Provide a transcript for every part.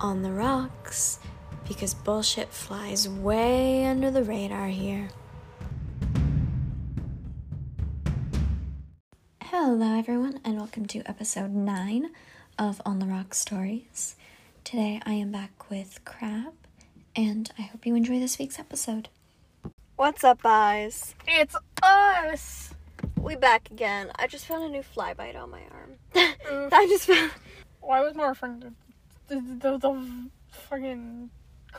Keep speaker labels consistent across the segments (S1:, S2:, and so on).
S1: on the rocks because bullshit flies way under the radar here. Hello, everyone, and welcome to episode 9 of On the Rock Stories. Today I am back with Crab, and I hope you enjoy this week's episode.
S2: What's up, eyes?
S3: It's us.
S2: We back again. I just found a new fly bite on my arm. I just found.
S3: Why was my referring to the, the, the fucking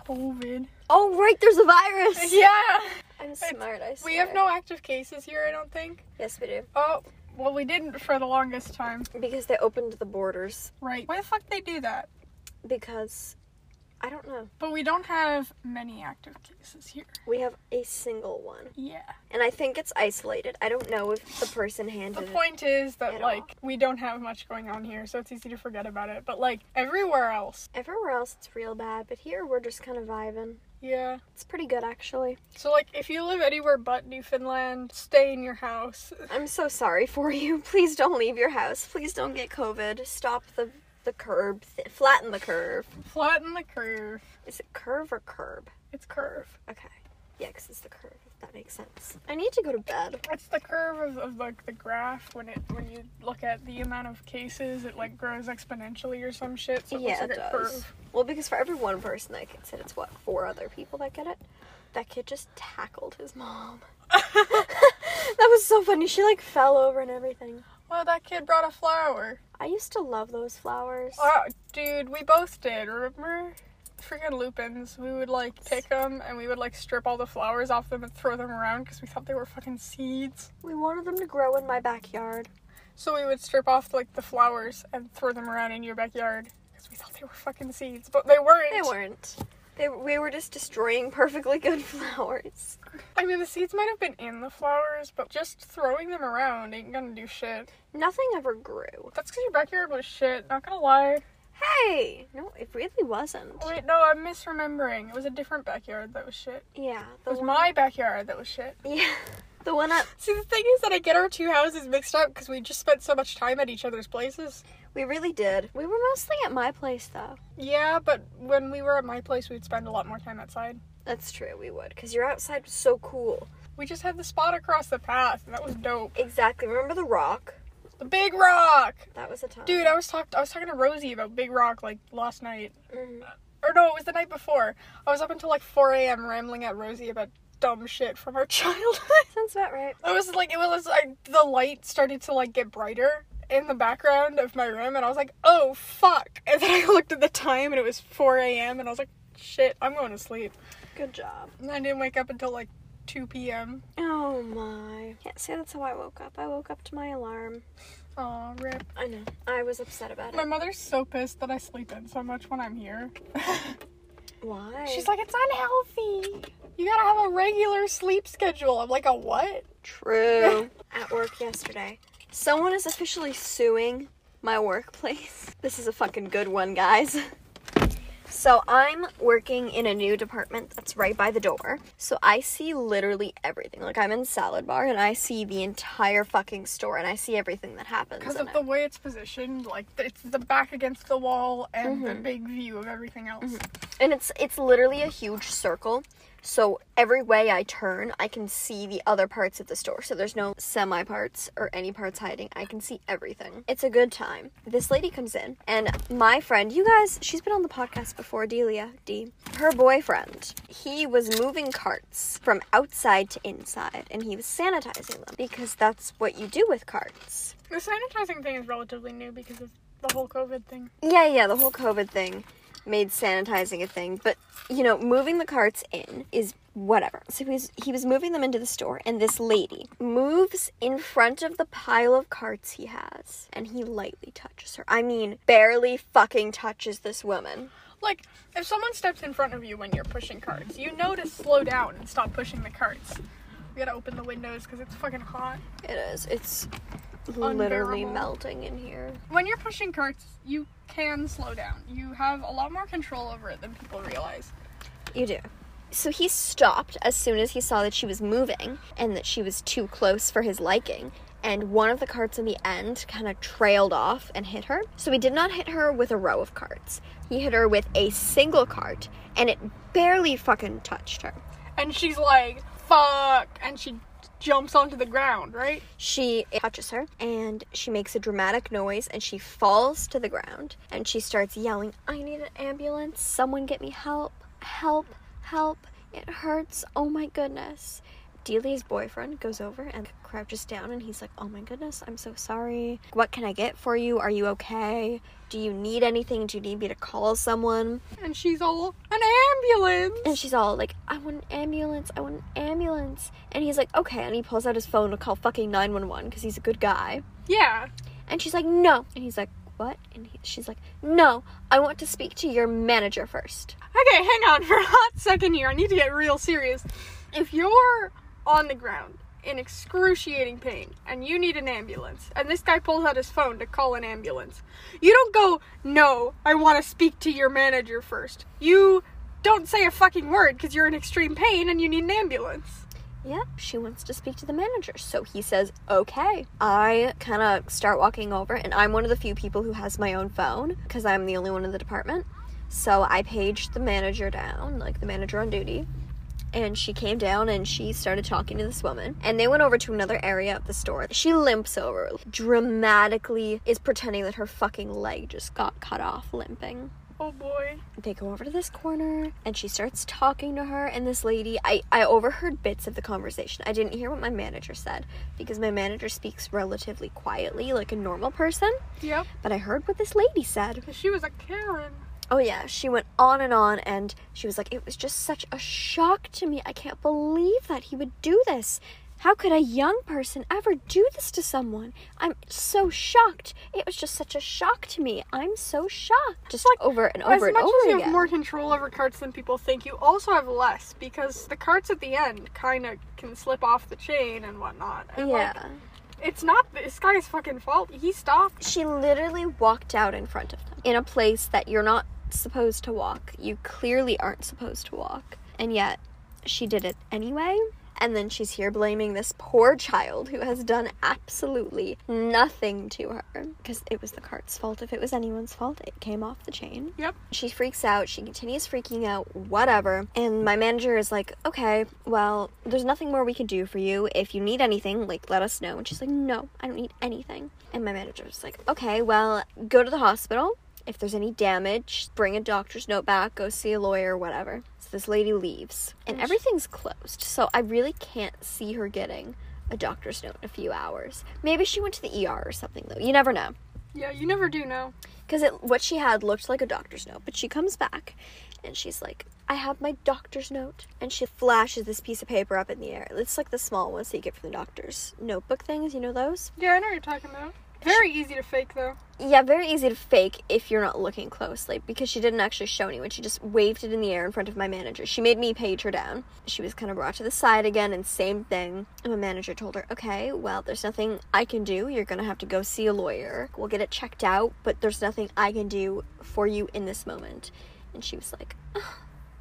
S3: COVID?
S2: Oh right, there's a virus.
S3: Yeah.
S2: I'm smart. I swear.
S3: We have no active cases here, I don't think.
S2: Yes, we do
S3: Oh, well, we didn't for the longest time.
S2: because they opened the borders.
S3: Right. Why the fuck they do that?
S2: Because I don't know.
S3: But we don't have many active cases here.
S2: We have a single one,
S3: Yeah.
S2: and I think it's isolated. I don't know if the person
S3: The
S2: handed. it.
S3: point is that,
S2: At all.
S3: like, we don't have much going on here, so it's easy to forget about it. But, like, everywhere else.
S2: Everywhere else, it's real bad, but here we're just kind of vibing.
S3: Yeah.
S2: It's pretty good, actually.
S3: So, like, if you live anywhere but Newfoundland, stay in your house.
S2: I'm so sorry for you. Please don't leave your house. Please don't get COVID. Stop the the curb. Th- flatten the curve.
S3: Flatten the curve.
S2: Is it curve or curb?
S3: It's curve.
S2: Okay. Yeah, 'cause it's the curve. If that makes sense. I need to go to bed.
S3: It's the curve of, of like the graph when it when you look at the amount of cases, it like grows exponentially or some shit. So it
S2: yeah,
S3: looks like
S2: it
S3: a
S2: does.
S3: curve.
S2: Well, because for every one person that gets it, it's what four other people that get it. That kid just tackled his mom. that was so funny. She like fell over and everything.
S3: Well, that kid brought a flower.
S2: I used to love those flowers.
S3: Oh, dude, we both did. Remember? Freaking lupins. We would like pick them and we would like strip all the flowers off them and throw them around because we thought they were fucking seeds.
S2: We wanted them to grow in my backyard.
S3: So we would strip off like the flowers and throw them around in your backyard because we thought they were fucking seeds, but they weren't.
S2: They weren't. They we were just destroying perfectly good flowers.
S3: I mean, the seeds might have been in the flowers, but just throwing them around ain't gonna do shit.
S2: Nothing ever grew.
S3: That's because your backyard was shit, not gonna lie. Oh,
S2: Hey, no, it really wasn't.
S3: Wait, no, I'm misremembering. It was a different backyard that was shit.
S2: Yeah,
S3: It
S2: the
S3: was
S2: one,
S3: my backyard that was shit.
S2: yeah, the one up
S3: See, the thing is that I get our two houses mixed up because we just spent so much time at each other's places.
S2: We really did. We were mostly at my place though.
S3: Yeah, but when we were at my place, we'd spend a lot more time outside.
S2: That's true, we would, because your outside was so cool.
S3: We just had the spot across the path, and that was dope.
S2: Exactly. Remember the rock?
S3: The Big Rock!
S2: That was a time.
S3: Dude, I was, talk- I was talking to Rosie about Big Rock, like, last night.
S2: Mhm.
S3: Or no, it was the night before. I was up until, like, 4 a.m. rambling at Rosie about dumb shit from our childhood.
S2: Sounds about right.
S3: It was like it was like the light started to like get brighter in the background of my room, and I was like, "Oh fuck!" And then I looked at the time, and it was 4 a.m., and I was like, "Shit, I'm going to sleep."
S2: Good job.
S3: And I didn't wake up until like 2 p.m.
S2: Oh my. Can't say that's how I woke up. I woke up to my alarm.
S3: Aw, rip.
S2: I know. I was upset about
S3: My
S2: it.
S3: mother's so pissed that I sleep in so much when I'm here.
S2: Why?
S3: She's like, "It's unhealthy. You gotta have a regular sleep schedule." I'm like, "A what?"
S2: true. at work yesterday, someone is officially suing my workplace. This is a fucking good one, guys. So I'm working in a new department that's right by the door. So I see literally everything. Like I'm in salad bar and I see the entire fucking store and I see everything that happens.
S3: Because
S2: in
S3: of
S2: it.
S3: the way it's positioned, like it's the back against the wall and the
S2: Mm-hmm.
S3: big view of everything else.
S2: and it's it's literally a huge circle so every way i turn i can see the other parts of the store so there's no semi parts or any parts hiding i can see everything it's a good time this lady comes in and my friend you guys she's been on the podcast before delia d her boyfriend he was moving carts from outside to inside and he was sanitizing them because that's what you do with carts
S3: The sanitizing thing is relatively new because of the whole COVID thing.
S2: Yeah, yeah, the whole COVID thing made sanitizing a thing, but you know, moving the carts in is whatever. So he was he was moving them into the store and this lady moves in front of the pile of carts he has and he lightly touches her. I mean, barely fucking touches this woman.
S3: Like, if someone steps in front of you when you're pushing carts, you know to slow down and stop pushing the carts. We gotta open the windows because it's fucking hot.
S2: It is. It's literally
S3: Unbearable.
S2: melting in here.
S3: When you're pushing carts, you can slow down. You have a lot more control over it than people realize.
S2: You do. So he stopped as soon as he saw that she was moving and that she was too close for his liking. and one of the carts in the end kind of trailed off and hit her. So he did not hit her with a row of carts. He hit her with a single cart, and it barely fucking touched her.
S3: And she's like, fuck. And she jumps onto the ground, right?
S2: She touches her and she makes a dramatic noise and she falls to the ground and she starts yelling, I need an ambulance. Someone get me help. Help. Help. It hurts. Oh my goodness. Delia's boyfriend goes over and crouches down and he's like, Oh my goodness, I'm so sorry. What can I get for you? Are you okay? Do you need anything? Do you need me to call someone?
S3: And she's all, an ambulance.
S2: And she's all like, I want an ambulance. I want an ambulance. And he's like, okay. And he pulls out his phone to call fucking 911 because he's a good guy.
S3: yeah.
S2: And she's like, no. And he's like, what? And he, she's like, no. I want to speak to your manager first.
S3: Okay, hang on for a hot second here. I need to get real serious. If you're on the ground in excruciating pain and you need an ambulance, and this guy pulls out his phone to call an ambulance, you don't go, No, I want to speak to your manager first. You don't say a fucking word because you're in extreme pain and you need an ambulance.
S2: Yeah, she wants to speak to the manager. So he says, okay. I kind of start walking over, and I'm one of the few people who has my own phone because I'm the only one in the department. So I paged the manager down, like the manager on duty. And she came down and she started talking to this woman. And they went over to another area of the store. She limps over, dramatically is pretending that her fucking leg just got cut off, limping
S3: Oh boy.
S2: they go over to this corner and she starts talking to her and this lady I, I overheard bits of the conversation i didn't hear what my manager said because my manager speaks relatively quietly like a normal person
S3: Yep.
S2: but i heard what this lady said
S3: She was a Karen.
S2: oh yeah she went on and on and she was like it was just such a shock to me i can't believe that he would do this how could a young person ever do this to someone? I'm so shocked. It was just such a shock to me. I'm so shocked. Just
S3: Like,
S2: over and over
S3: as
S2: and
S3: much
S2: over
S3: as you
S2: again.
S3: have more control over carts than people think, you also have less because the carts at the end kind of can slip off the chain and whatnot. And
S2: yeah.
S3: like, it's not this guy's fucking fault. He stopped.
S2: She literally walked out in front of them in a place that you're not supposed to walk. You clearly aren't supposed to walk. And yet, she did it anyway. And then she's here blaming this poor child who has done absolutely nothing to her. Because it was the cart's fault. If it was anyone's fault, it came off the chain.
S3: Yep.
S2: She freaks out. She continues freaking out, whatever. And my manager is like, okay, well, there's nothing more we can do for you. If you need anything, like, let us know. And she's like, no, I don't need anything. And my manager's like, okay, well, go to the hospital. If there's any damage, bring a doctor's note back, go see a lawyer, whatever. So this lady leaves, and everything's closed. So I really can't see her getting a doctor's note in a few hours. Maybe she went to the ER or something, though. You never know
S3: Yeah, you never do know.
S2: because it what she had looked like a doctor's note but she comes back and she's like i have my doctor's note and she flashes this piece of paper up in the air it's like the small ones that you get from the doctor's notebook things you know those
S3: Yeah, I know what you're talking about. Very easy to fake though.
S2: yeah very easy to fake if you're not looking closely because she didn't actually show anyone she just waved it in the air in front of my manager she made me page her down she was kind of brought to the side again and same thing and my manager told her okay well there's nothing i can do you're gonna have to go see a lawyer we'll get it checked out but there's nothing i can do for you in this moment and she was like "Ugh,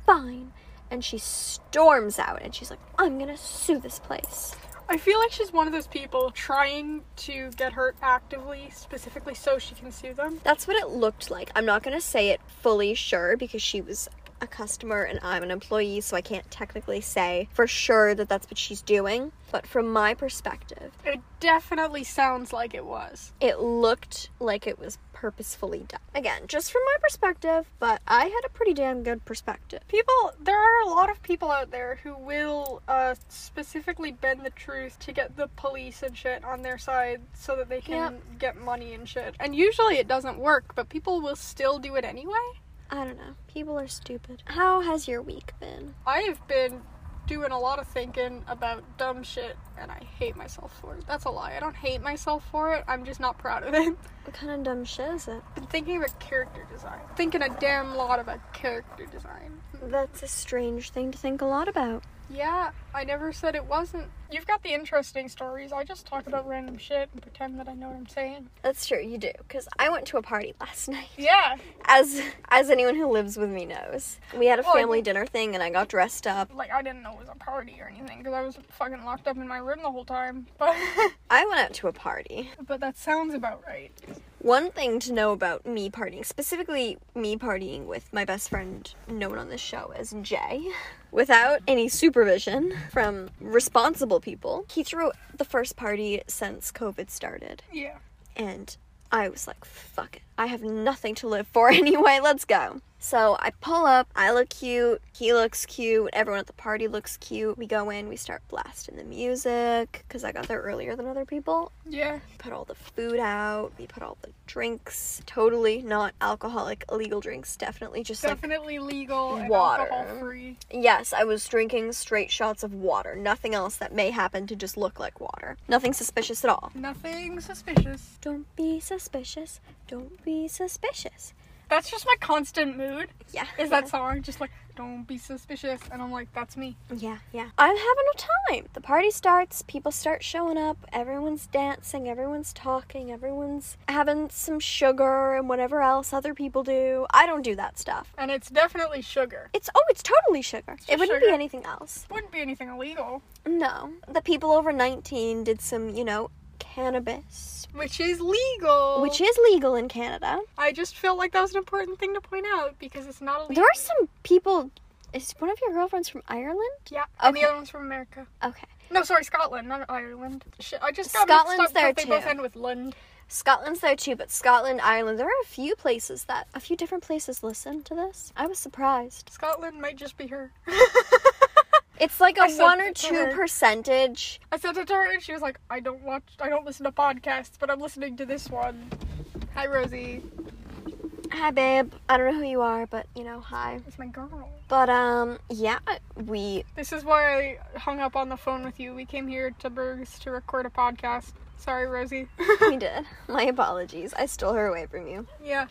S2: fine and she storms out and she's like i'm gonna sue this place
S3: I feel like she's one of those people trying to get hurt actively, specifically so she can sue them.
S2: That's what it looked like. I'm not going to say it fully sure because she was a customer and I'm an employee, so I can't technically say for sure that that's what she's doing. But from my perspective,
S3: It definitely sounds like it was.
S2: it looked like it was purposefully done. Again, just from my perspective, but I had a pretty damn good perspective.
S3: People, there are a lot of people out there who will uh, specifically bend the truth to get the police and shit on their side so that they can get money and shit. And usually it doesn't work, but people will still do it anyway.
S2: I don't know. People are stupid. How has your week been?
S3: I have been doing a lot of thinking about dumb shit and I hate myself for it. That's a lie. I don't hate myself for it. I'm just not proud of it.
S2: What kind of dumb shit is it?
S3: been thinking about character design. Thinking a damn lot about character design.
S2: That's a strange thing to think a lot about.
S3: Yeah, I never said it wasn't. You've got the interesting stories. I just talk about random shit and pretend that I know what I'm saying.
S2: That's true, you do. Because I went to a party last night.
S3: Yeah,
S2: As as anyone who lives with me knows, we had a
S3: Well, I
S2: family
S3: mean-
S2: dinner thing, and I got dressed up.
S3: like I didn't know it was a party or anything because I was fucking locked up in my room the whole time. But
S2: I went out to a party.
S3: but that sounds about right.
S2: One thing to know about me partying, specifically me partying with my best friend known on this show as Jay, without any supervision from responsible people, he threw the first party since COVID started.
S3: Yeah.
S2: And I was like, fuck it. I have nothing to live for anyway. Let's go. So I pull up. I look cute. He looks cute. Everyone at the party looks cute. We go in. We start blasting the music because I got there earlier than other people.
S3: Yeah.
S2: Put all the food out. We put all the drinks. Totally not alcoholic, illegal drinks. Definitely just like.
S3: Definitely legal and
S2: water.
S3: alcohol free.
S2: Yes, I was drinking straight shots of water. Nothing else that may happen to just look like water. Nothing suspicious at all.
S3: Nothing suspicious.
S2: Don't be suspicious. Don't be suspicious.
S3: That's just my constant mood.
S2: Yeah.
S3: Is that song just like don't be suspicious and I'm like that's me.
S2: Yeah, yeah. I'm having a time. The party starts, people start showing up, everyone's dancing, everyone's talking, everyone's having some sugar and whatever else other people do. I don't do that stuff.
S3: And it's definitely sugar.
S2: It's oh, it's totally sugar.
S3: just
S2: It wouldn't be
S3: sugar.
S2: anything else.
S3: Wouldn't be anything illegal,
S2: No. The people over 19 did some, you know, cannabis,
S3: which is legal.
S2: which is legal in Canada.
S3: I just felt like that was an important thing to point out because it's not illegal.
S2: There are some people is one of your girlfriends from Ireland?
S3: Yeah, and the
S2: Okay.
S3: other one's from America.
S2: Okay.
S3: No, sorry, Scotland, not Ireland. Shit, I just got
S2: Scotland's
S3: mixed up 'cause
S2: there
S3: they both
S2: too.
S3: end with Lund.
S2: Scotland's there too, but Scotland, Ireland, there are a few places that a few different places listen to this. I was surprised.
S3: Scotland might just be her.
S2: It's like a
S3: I said
S2: one or
S3: it to
S2: two
S3: her.
S2: percentage.
S3: I sent it to her and she was like, I don't watch, I don't listen to podcasts, but I'm listening to this one. Hi, Rosie.
S2: Hi, babe. I don't know who you are, but you know, hi.
S3: It's my girl.
S2: But um, yeah, we
S3: This is why I hung up on the phone with you. We came here to Bergs to record a podcast. Sorry, Rosie.
S2: we did. My apologies. I stole her away from you.
S3: yeah.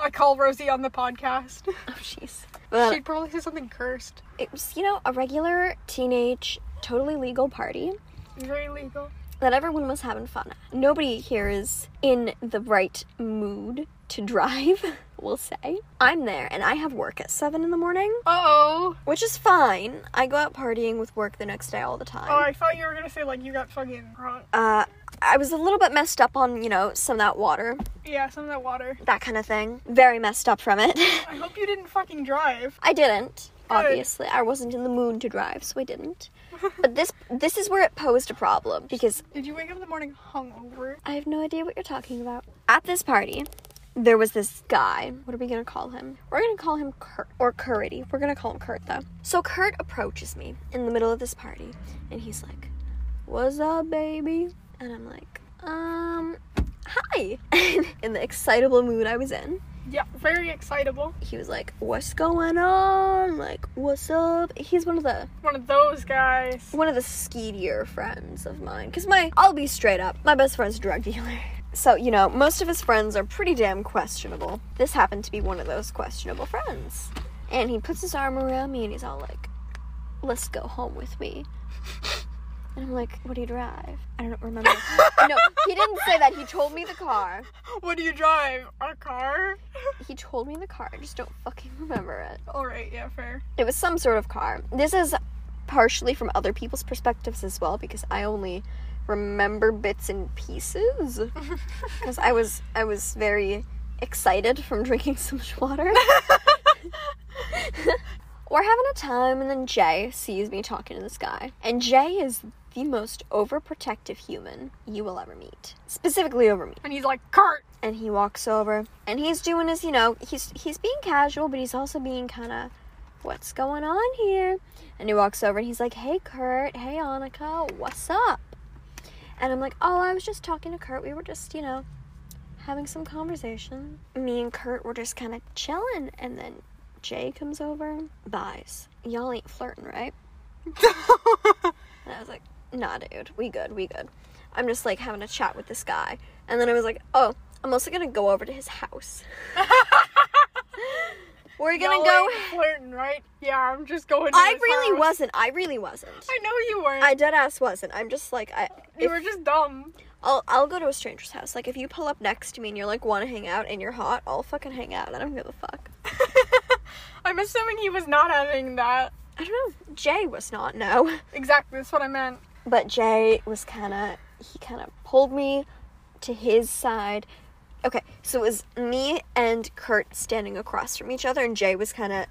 S3: I call Rosie on the podcast.
S2: Oh, jeez. But
S3: She'd probably say something cursed.
S2: it was, you know, a regular teenage, totally legal party
S3: Very legal.
S2: that everyone was having fun at. Nobody here is in the right mood to drive, we'll say. I'm there and I have work at 7 in the morning,
S3: Uh oh.
S2: which is fine. I go out partying with work the next day all the time.
S3: Oh, I thought you were gonna say, like, you got fucking drunk.
S2: Uh, I was a little bit messed up on, you know, some of that water,
S3: Yeah, some of that water.
S2: that kind of thing. Very messed up from it.
S3: I hope you didn't fucking drive.
S2: I didn't. Obviously, I wasn't in the mood to drive, so I didn't. But this this is where it posed a problem because
S3: Did you wake up in the morning hungover?
S2: I have no idea what you're talking about. At this party, there was this guy. What are we gonna call him? We're gonna call him Kurt or Curity. We're gonna call him Kurt though. So Kurt approaches me in the middle of this party, and he's like, "What's up, baby?" And I'm like, "Um, hi." in the excitable mood I was in,
S3: Yeah, very excitable.
S2: he was like, "What's going on? Like, what's up?" He's one of the
S3: One of those guys.
S2: one of the skeedier friends of mine. Cause my, I'll be straight up, my best friend's a drug dealer. So, you know, most of his friends are pretty damn questionable. This happened to be one of those questionable friends. And he puts his arm around me and he's all like, let's go home with me. And I'm like, what do you drive? I don't remember. no, he didn't say that. He told me the car.
S3: What do you drive? A car?
S2: He told me the car. I just don't fucking remember it.
S3: Alright, yeah, fair.
S2: It was some sort of car. This is partially from other people's perspectives as well because I only remember bits and pieces because I was I was very excited from drinking so much water. We're having a time and then Jay sees me talking to this guy. And Jay is the most overprotective human you will ever meet. Specifically over me
S3: and he's like, Kurt!
S2: and he walks over and he's doing his you know he's he's being casual but he's also being kind of what's going on here and he walks over and he's like hey kurt hey annika what's up and i'm like oh i was just talking to kurt we were just you know having some conversation me and kurt were just kind of chilling and then jay comes over buys y'all ain't flirting right and I was like, nah, dude, we good, we good. I'm just like having a chat with this guy. And then I was like, oh, I'm also gonna go over to his house. We're gonna
S3: Y'all
S2: go.
S3: ain't flirting, right? Yeah, I'm just going. To
S2: I
S3: his
S2: really
S3: house.
S2: wasn't. I really wasn't.
S3: I know you weren't.
S2: I dead ass wasn't. I'm just like I.
S3: you
S2: If,
S3: were just dumb.
S2: I'll I'll go to a stranger's house. Like if you pull up next to me and you're like want to hang out and you're hot, I'll fucking hang out. I don't give a fuck.
S3: I'm assuming he was not having that.
S2: I don't know. Jay was not no,
S3: Exactly, that's what I meant.
S2: but Jay was kind of he kind of pulled me to his side. Okay, so it was me and Kurt standing across from each other, and Jay was kind of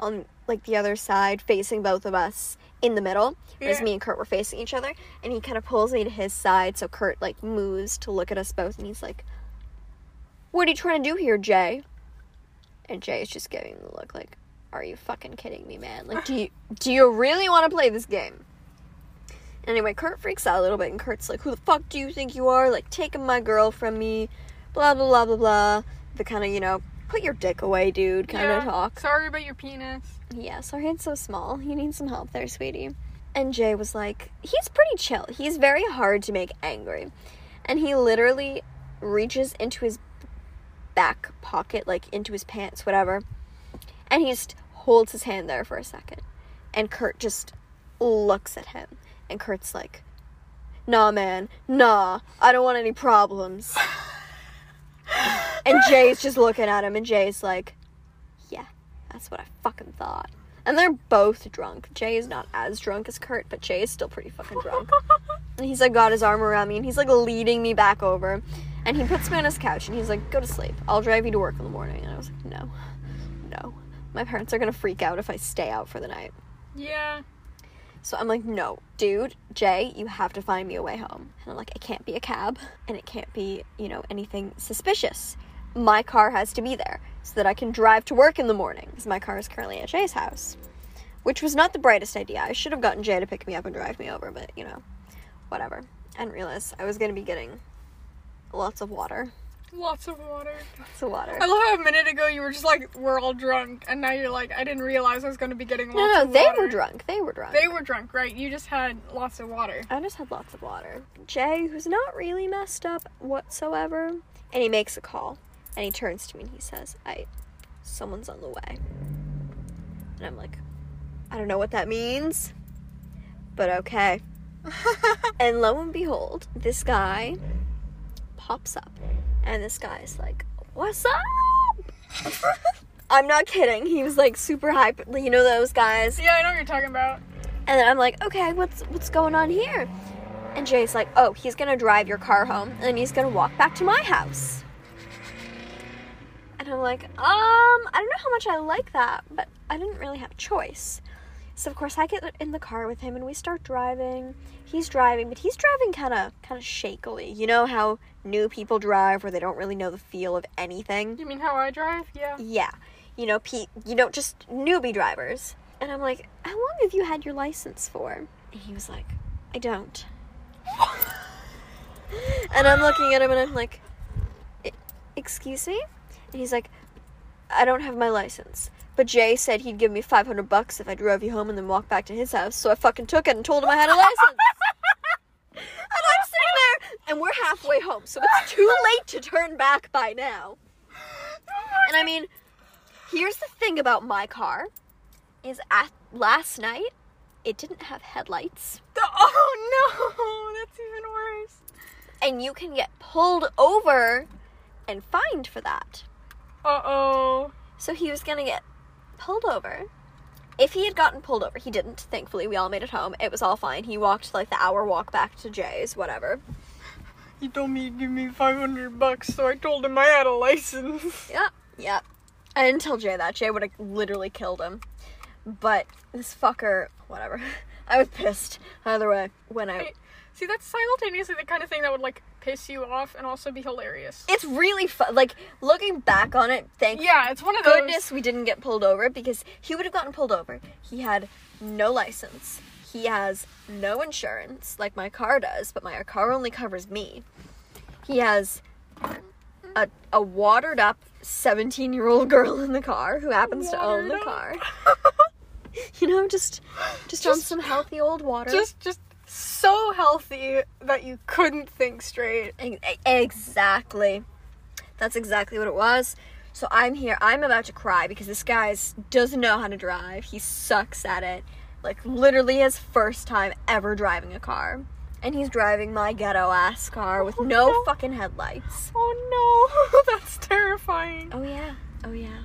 S2: on like the other side, facing both of us in the middle. Whereas
S3: Yeah.
S2: me and Kurt were facing each other, and he kind of pulls me to his side. So Kurt like moves to look at us both, and he's like, "What are you trying to do here, Jay?" And Jay is just giving the look like, "Are you fucking kidding me, man? Like, do you do you really want to play this game?" Anyway, Kurt freaks out a little bit, and Kurt's like, "Who the fuck do you think you are? Like, taking my girl from me?" Blah blah blah blah blah. The kind of you know, put your dick away, dude, kind
S3: Yeah.
S2: of talk.
S3: Sorry about your penis.
S2: Yeah, so hand's so small. You need some help there, sweetie. And Jay was like, he's pretty chill. He's very hard to make angry. And he literally reaches into his back pocket, like into his pants, whatever. And he just holds his hand there for a second. And Kurt just looks at him. And Kurt's like, nah, man, nah, I don't want any problems. and Jay's just looking at him, and Jay's like, yeah, that's what I fucking thought. And they're both drunk. Jay is not as drunk as Kurt, but Jay is still pretty fucking drunk. and he's like got his arm around me and he's like leading me back over. And he puts me on his couch and he's like, go to sleep. I'll drive you to work in the morning. And I was like, no, no. My parents are gonna freak out if I stay out for the night.
S3: Yeah.
S2: So I'm like, no, dude, Jay, you have to find me a way home. And I'm like, it can't be a cab and it can't be, you know, anything suspicious. My car has to be there so that I can drive to work in the morning because my car is currently at Jay's house, which was not the brightest idea. I should have gotten Jay to pick me up and drive me over, but, you know, whatever. I didn't realize I was going to be getting lots of water.
S3: Lots of water.
S2: Lots of water.
S3: I love how a minute ago you were just like, we're all drunk, and now you're like, I didn't realize I was gonna be getting lots
S2: No, no,
S3: of
S2: they
S3: water.
S2: were drunk. They were drunk.
S3: They were drunk, right? You just had lots of water.
S2: I just had lots of water. Jay, who's not really messed up whatsoever, and he makes a call and he turns to me and he says, I someone's on the way. And I'm like, I don't know what that means, but okay. and lo and behold, this guy pops up and this guy's like, What's up? I'm not kidding. He was like super hype. You know those guys?
S3: Yeah, I know what you're talking about.
S2: And then I'm like, okay, what's what's going on here? And Jay's like, oh, he's gonna drive your car home and then he's gonna walk back to my house. And I'm like, um, I don't know how much I like that, but I didn't really have a choice. So of course I get in the car with him and we start driving. He's driving, but he's driving kind of kind of shakily. You know how new people drive where they don't really know the feel of anything?
S3: You mean how I drive? Yeah.
S2: Yeah. You know, Pete, you know, just newbie drivers. And I'm like, how long have you had your license for? And he was like, I don't. and I'm looking at him and I'm like, "E- excuse me? And he's like, I don't have my license. But Jay said he'd give me 500 bucks if I drove you home and then walked back to his house. So I fucking took it and told him I had a license. and I'm sitting there and we're halfway home. So it's too late to turn back by now. And I mean, here's the thing about my car is at last night it didn't have headlights
S3: The- oh no, that's even worse.
S2: and you can get pulled over and fined for that.
S3: Uh oh.
S2: So he was going to get pulled over. If he had gotten pulled over, he didn't. Thankfully, we all made it home. It was all fine. He walked like the hour walk back to Jay's, whatever.
S3: He told me he'd give me 500 bucks, so I told him I had a license.
S2: Yep, yep. I didn't tell Jay that. Jay would have literally killed him. But this fucker, whatever. I was pissed. Either way, when I.
S3: See, that's simultaneously the kind of thing that would like piss you off and also be hilarious.
S2: it's really fun. Like looking back on it, thank
S3: Yeah, it's one of those.
S2: goodness we didn't get pulled over because he would have gotten pulled over. He had no license. He has no insurance like my car does, but my car only covers me. He has a, a watered up 17 year old girl in the car who happens to own
S3: Watered
S2: the
S3: up.
S2: car. you know, just, just on some healthy old water.
S3: Just, just so healthy that you couldn't think straight.
S2: Ex- Exactly. That's exactly what it was. So I'm here. I'm about to cry because this guy doesn't know how to drive. He sucks at it. Like literally his first time ever driving a car. And he's driving my ghetto ass car with no,
S3: no.
S2: fucking headlights.
S3: Oh no, that's terrifying.
S2: Oh yeah. Oh yeah.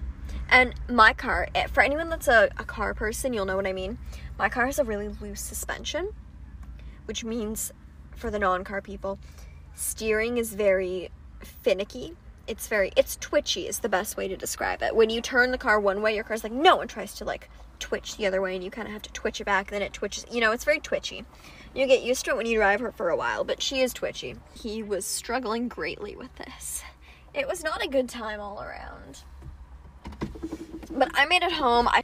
S2: And my car, eh, for anyone that's a, a car person, you'll know what I mean. My car has a really loose suspension, which means for the non-car people, steering is very finicky. It's very it's twitchy is the best way to describe it. When you turn the car one way, your car's like no, and tries to like twitch the other way and you kind of have to twitch it back, then it twitches. You know, it's very twitchy. You get used to it when you drive her for a while, but she is twitchy. He was struggling greatly with this. It was not a good time all around. But I made it home. I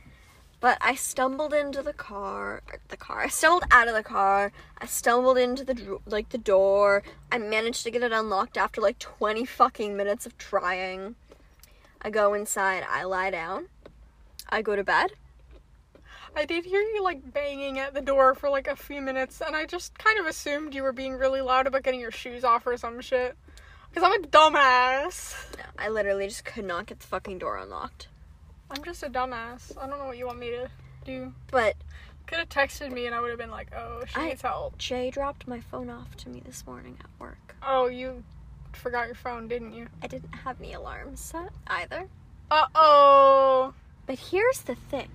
S2: but I stumbled into the car, or the car. I stumbled out of the car. I stumbled into the dr- like the door. I managed to get it unlocked after like 20 fucking minutes of trying. I go inside. I lie down. I go to bed.
S3: I did hear you like banging at the door for like a few minutes, and I just kind of assumed you were being really loud about getting your shoes off or some shit. Because I'm a dumbass.
S2: No, I literally just could not get the fucking door unlocked.
S3: I'm just a dumbass. I don't know what you want me to do.
S2: But
S3: Could have texted me and I would have been like, oh, she
S2: I-
S3: needs help.
S2: Jay dropped my phone off to me this morning at work.
S3: Oh, you forgot your phone, didn't you?
S2: I didn't have any alarms set either.
S3: Uh oh.
S2: But here's the thing.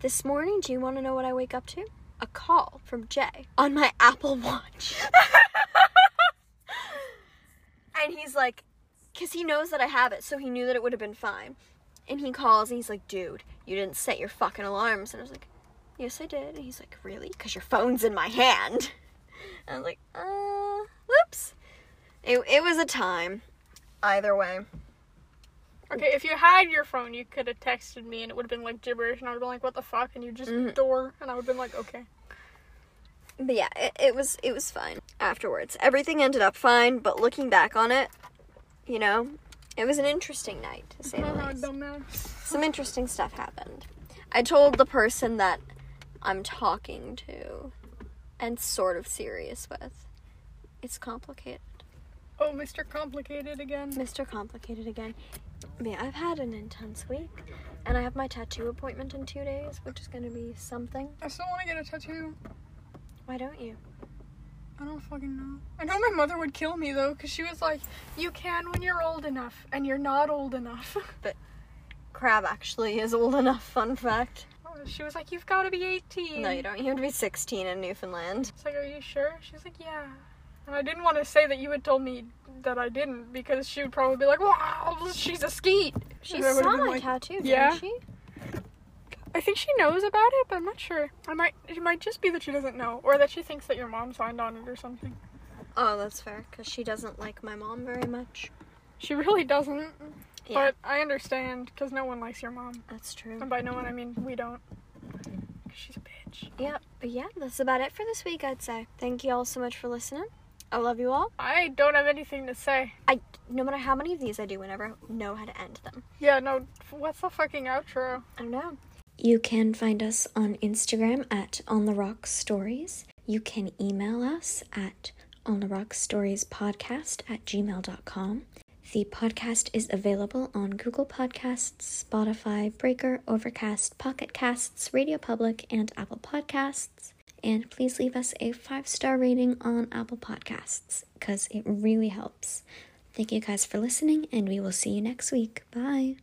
S2: This morning, do you want to know what I wake up to? A call from Jay on my Apple Watch. and he's like, because he knows that I have it, so he knew that it would have been fine. And he calls and he's like, dude, you didn't set your fucking alarms. And I was like, yes, I did. And he's like, really? Because your phone's in my hand. And I was like, uh, whoops. It, it was a time. Either way.
S3: Okay, if you had your phone, you could have texted me and it would have been like gibberish, and I would have been like, what the fuck? And you just
S2: Mm.
S3: door, and I would have been like, okay.
S2: But yeah, it, it was it was fine afterwards. Everything ended up fine, but looking back on it, you know, it was an interesting night to say the
S3: Uh-huh,
S2: least.
S3: dumbass.
S2: Some interesting stuff happened. I told the person that I'm talking to and sort of serious with. It's complicated.
S3: Oh, Mr. Complicated again.
S2: Mr. Complicated again. I mean, I've had an intense week, and I have my tattoo appointment in two days, which is gonna be something.
S3: I still want to get a tattoo.
S2: Why don't you?
S3: I don't fucking know. I know my mother would kill me though, because she was like, you can when you're old enough, and you're not old enough.
S2: Crab actually is old enough, fun fact.
S3: she was like, you've got to be 18.
S2: No, you don't. You have to be 16 in Newfoundland.
S3: It's like, are you sure? She's like, yeah. And I didn't want to say that you had told me that I didn't because she would probably be like, wow, she's a skeet.
S2: She
S3: And I would've
S2: saw
S3: been
S2: my
S3: like,
S2: tattoo, didn't
S3: yeah.
S2: she?
S3: I think she knows about it, but I'm not sure. I might it might just be that she doesn't know, or that she thinks that your mom signed on it or something.
S2: Oh, that's fair, because she doesn't like my mom very much.
S3: She really doesn't,
S2: Yeah,
S3: but I understand because no one likes your mom,
S2: that's true.
S3: and by no one I mean we don't. 'Cause She's a bitch.
S2: Yeah, but yeah, that's about it for this week, I'd say. Thank you all so much for listening. I love you all.
S3: I don't have anything to say.
S2: I, no matter how many of these I do, whenever I know how to end them.
S3: Yeah, no. f- What's the fucking outro?
S2: I don't know.
S1: You can find us on Instagram at On The Rock Stories. You can email us at On The Rock Stories Podcast at gmail.com. The podcast is available on Google Podcasts, Spotify, Breaker, Overcast, Pocket Casts, Radio Public, and Apple Podcasts. And please leave us a five star rating on Apple Podcasts because it really helps. Thank you guys for listening, and we will see you next week. Bye.